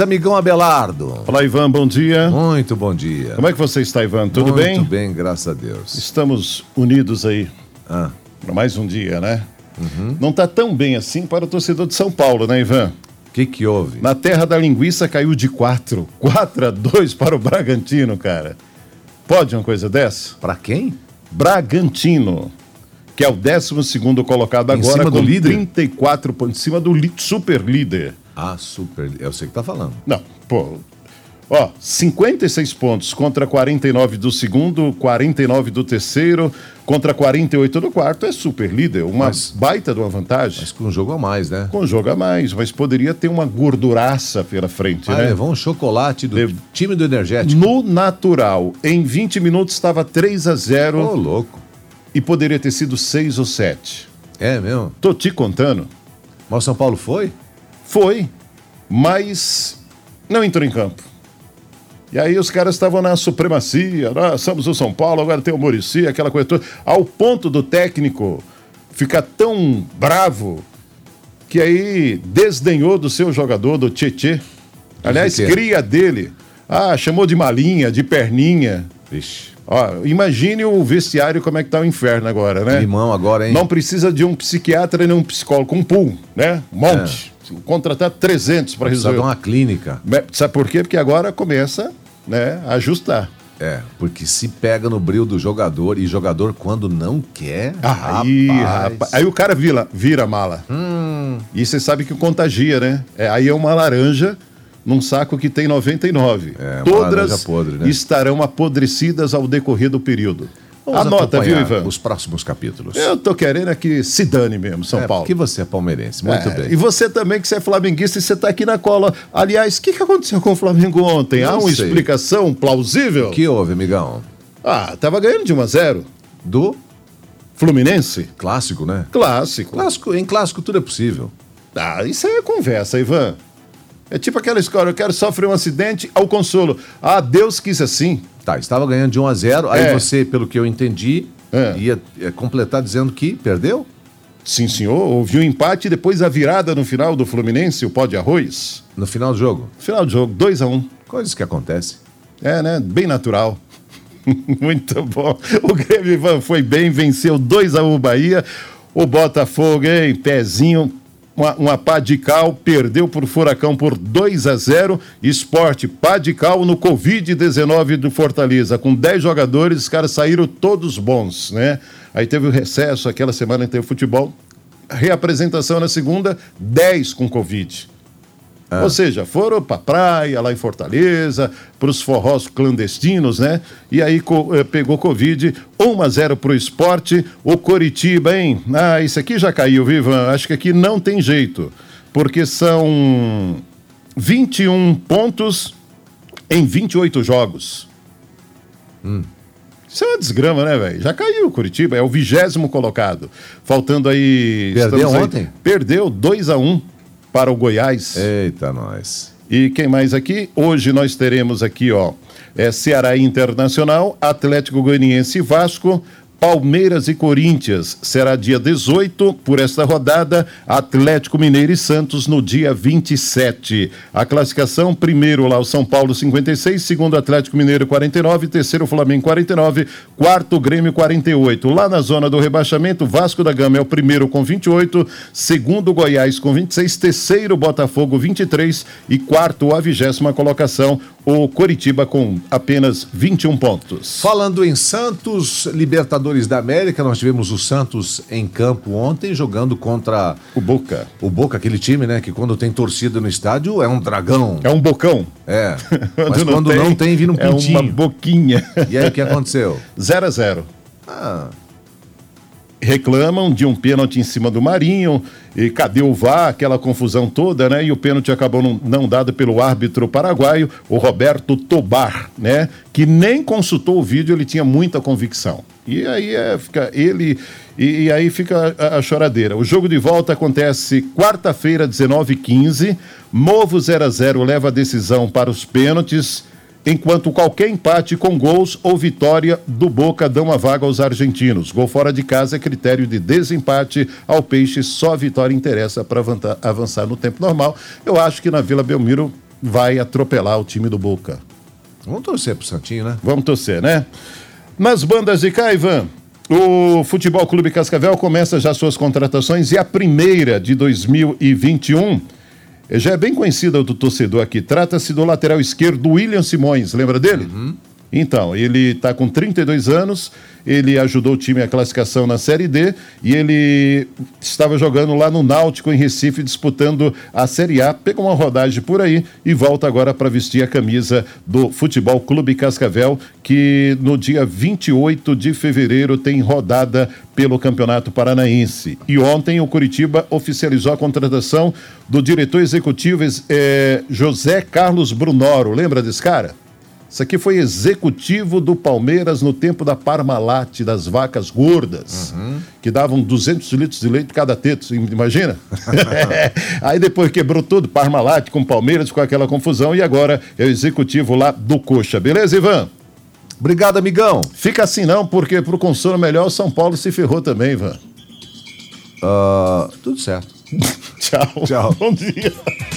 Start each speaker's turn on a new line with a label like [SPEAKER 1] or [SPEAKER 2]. [SPEAKER 1] Amigão Abelardo.
[SPEAKER 2] Olá, Ivan, bom dia.
[SPEAKER 1] Muito bom dia.
[SPEAKER 2] Como é que você está, Ivan? Tudo
[SPEAKER 1] Muito
[SPEAKER 2] bem?
[SPEAKER 1] Muito bem, graças a Deus.
[SPEAKER 2] Estamos unidos aí
[SPEAKER 1] Ah,
[SPEAKER 2] para mais um dia, né?
[SPEAKER 1] Uhum.
[SPEAKER 2] Não está tão bem assim para o torcedor de São Paulo, né, Ivan?
[SPEAKER 1] O que que houve?
[SPEAKER 2] Na terra da linguiça caiu de 4. 4 a 2 para o Bragantino, cara. Pode uma coisa dessa?
[SPEAKER 1] Pra quem?
[SPEAKER 2] Bragantino, que é o 12 colocado agora
[SPEAKER 1] cima do
[SPEAKER 2] com
[SPEAKER 1] líder?
[SPEAKER 2] 34 pontos, em cima do li- super líder.
[SPEAKER 1] Ah, super. Eu sei que tá falando.
[SPEAKER 2] Não, pô. Ó, 56 pontos contra 49 do segundo, 49 do terceiro, contra 48 do quarto. É super líder, uma baita de uma vantagem.
[SPEAKER 1] Acho que um jogo a mais, né?
[SPEAKER 2] Com jogo a mais, mas poderia ter uma gorduraça pela frente,
[SPEAKER 1] Ah,
[SPEAKER 2] né?
[SPEAKER 1] levou um chocolate do
[SPEAKER 2] Lev-
[SPEAKER 1] time do Energético.
[SPEAKER 2] No natural, em 20 minutos estava 3 a 0
[SPEAKER 1] Ô, louco.
[SPEAKER 2] e poderia ter sido 6 ou 7.
[SPEAKER 1] É mesmo?
[SPEAKER 2] Tô te contando.
[SPEAKER 1] Mas o São Paulo foi?
[SPEAKER 2] Foi, mas não entrou em campo. E aí os caras estavam na supremacia, nós somos o São Paulo, agora tem o Murici, aquela coisa toda. Ao ponto do técnico ficar tão bravo que aí desdenhou do seu jogador, do Tietê. Aliás,
[SPEAKER 1] quê?
[SPEAKER 2] cria dele. Ah, chamou de malinha, de perninha.
[SPEAKER 1] Vixe.
[SPEAKER 2] Ó, imagine o vestiário como é que tá o inferno agora, né?
[SPEAKER 1] Limão agora, hein?
[SPEAKER 2] Não precisa de um psiquiatra nem um psicólogo, um pool, né? Um monte. Contratar 300 para
[SPEAKER 1] É. Precisa
[SPEAKER 2] resolver.
[SPEAKER 1] dar uma clínica.
[SPEAKER 2] Mas Sabe por quê? Porque agora começa né, a ajustar.
[SPEAKER 1] É, porque se pega no bril do jogador e jogador quando não quer.
[SPEAKER 2] Aí, Ah, rapaz. Aí o cara vira, vira mala.
[SPEAKER 1] Hum.
[SPEAKER 2] E você sabe que contagia, né? É, aí é uma laranja num saco que tem 99.
[SPEAKER 1] É, uma laranja
[SPEAKER 2] Todas
[SPEAKER 1] podre, né?
[SPEAKER 2] estarão apodrecidas ao decorrer do período.
[SPEAKER 1] Vamos
[SPEAKER 2] Anota, viu,
[SPEAKER 1] acompanhar
[SPEAKER 2] Ivan?
[SPEAKER 1] Os próximos capítulos.
[SPEAKER 2] Eu tô querendo é que se dane mesmo, São
[SPEAKER 1] É,
[SPEAKER 2] Paulo.
[SPEAKER 1] porque você é palmeirense. Muito
[SPEAKER 2] É,
[SPEAKER 1] bem.
[SPEAKER 2] E você também, que você é flamenguista e você está aqui na cola. Aliás, o que, que aconteceu com o Flamengo ontem? Há
[SPEAKER 1] Não
[SPEAKER 2] uma
[SPEAKER 1] sei.
[SPEAKER 2] explicação plausível?
[SPEAKER 1] O que houve, amigão?
[SPEAKER 2] Ah, tava ganhando de 1 a 0
[SPEAKER 1] Do
[SPEAKER 2] Fluminense?
[SPEAKER 1] clássico, né?
[SPEAKER 2] Clássico.
[SPEAKER 1] Clássico, em clássico tudo é possível.
[SPEAKER 2] Ah, isso aí é conversa, Ivan. É tipo aquela história, eu quero sofrer um acidente ao consolo. Ah, Deus quis assim.
[SPEAKER 1] Tá, estava ganhando de 1 a 0, aí
[SPEAKER 2] É.
[SPEAKER 1] você, pelo que eu entendi,
[SPEAKER 2] É.
[SPEAKER 1] ia é, completar dizendo que perdeu?
[SPEAKER 2] Sim, senhor, houve um empate e depois a virada no final do Fluminense, o pó de arroz.
[SPEAKER 1] No final do jogo.
[SPEAKER 2] Final de jogo, 2 a 1
[SPEAKER 1] Coisas que acontecem.
[SPEAKER 2] É, né? Bem natural. Muito bom. O Grêmio Ivan foi bem, venceu 2 a 1 o Bahia. O Botafogo, hein? Pezinho, uma, uma pá de cal, perdeu por Furacão por 2 a 0 Esporte, pá de cal no Covid-19 do Fortaleza. Com 10 jogadores, os caras saíram todos bons, né? Aí teve o recesso, aquela semana teve futebol. Reapresentação na segunda, 10 com Covid.
[SPEAKER 1] É.
[SPEAKER 2] Ou seja, foram pra praia, lá em Fortaleza, pros forrós clandestinos, né? E aí co- eh, pegou Covid, 1 a 0 pro esporte. O Coritiba, hein? Ah, isso aqui já caiu, Vivan. Acho que aqui não tem jeito. Porque são 21 pontos em 28 jogos.
[SPEAKER 1] Hum.
[SPEAKER 2] Isso é uma desgrama, né, velho? Já caiu o Curitiba, é o vigésimo colocado. Faltando aí.
[SPEAKER 1] Perdeu
[SPEAKER 2] estamos aí-
[SPEAKER 1] ontem? É.
[SPEAKER 2] perdeu 2 a 1 para o Goiás.
[SPEAKER 1] Eita, nós.
[SPEAKER 2] E quem mais aqui? Hoje nós teremos aqui, ó, é Ceará Internacional, Atlético Goianiense e Vasco, Palmeiras e Corinthians. Será dia 18 por esta rodada, Atlético Mineiro e Santos no dia 27. A classificação, primeiro lá o São Paulo 56, segundo Atlético Mineiro 49, terceiro Flamengo 49, quarto Grêmio 48. Lá na zona do rebaixamento, Vasco da Gama é o primeiro com 28, segundo Goiás com 26, terceiro Botafogo 23 e quarto a vigésima colocação, o Coritiba com apenas 21 pontos.
[SPEAKER 1] Falando em Santos, Libertadores da América, nós tivemos o Santos em campo ontem jogando contra
[SPEAKER 2] O Boca
[SPEAKER 1] o Boca, aquele time, né, que quando tem torcida no estádio é um dragão.
[SPEAKER 2] é um bocão.
[SPEAKER 1] É. Mas quando não tem, vira um
[SPEAKER 2] É uma
[SPEAKER 1] pintinho.
[SPEAKER 2] boquinha.
[SPEAKER 1] E aí o que aconteceu?
[SPEAKER 2] 0 a 0.
[SPEAKER 1] Ah,
[SPEAKER 2] reclamam de um pênalti em cima do Marinho, e cadê o VAR, aquela confusão toda, né? E o pênalti acabou não, não dado pelo árbitro paraguaio, o Roberto Tobar, né? Que nem consultou o vídeo, ele tinha muita convicção. E aí é, fica ele e, e aí fica a, a choradeira. O jogo de volta acontece quarta-feira, 19h15. Novo 0 a 0 leva a decisão para os pênaltis enquanto qualquer empate com gols ou vitória do Boca dão a vaga aos argentinos. Gol fora de casa é critério de desempate ao Peixe, só a vitória interessa para avançar no tempo normal. Eu acho que na Vila Belmiro vai atropelar o time do Boca.
[SPEAKER 1] Vamos torcer pro Santinho, né?
[SPEAKER 2] Vamos torcer, né? Nas bandas de cá, Ivan, o Futebol Clube Cascavel começa já suas contratações e a primeira de 2021 já é bem conhecida do torcedor aqui. Trata-se do lateral esquerdo William Simões, lembra dele? Então, ele está com 32 anos, ele ajudou o time à classificação na Série D e ele estava jogando lá no Náutico, em Recife, disputando a Série A. Pegou uma rodagem por aí e volta agora para vestir a camisa do Futebol Clube Cascavel, que no dia 28 de fevereiro tem rodada pelo Campeonato Paranaense. E ontem o Curitiba oficializou a contratação do diretor executivo eh, José Carlos Brunoro. Lembra desse cara? Isso aqui foi executivo do Palmeiras no tempo da Parmalat, das vacas gordas, que davam 200 litros de leite cada teto, imagina? Aí depois quebrou tudo, Parmalat com Palmeiras, com aquela confusão, e agora é o executivo lá do Coxa. Beleza, Ivan?
[SPEAKER 1] Obrigado, amigão.
[SPEAKER 2] Fica assim não, porque pro consolo é melhor, o São Paulo se ferrou também, Ivan.
[SPEAKER 1] Ah, tudo certo.
[SPEAKER 2] Tchau.
[SPEAKER 1] Tchau.
[SPEAKER 2] Bom dia.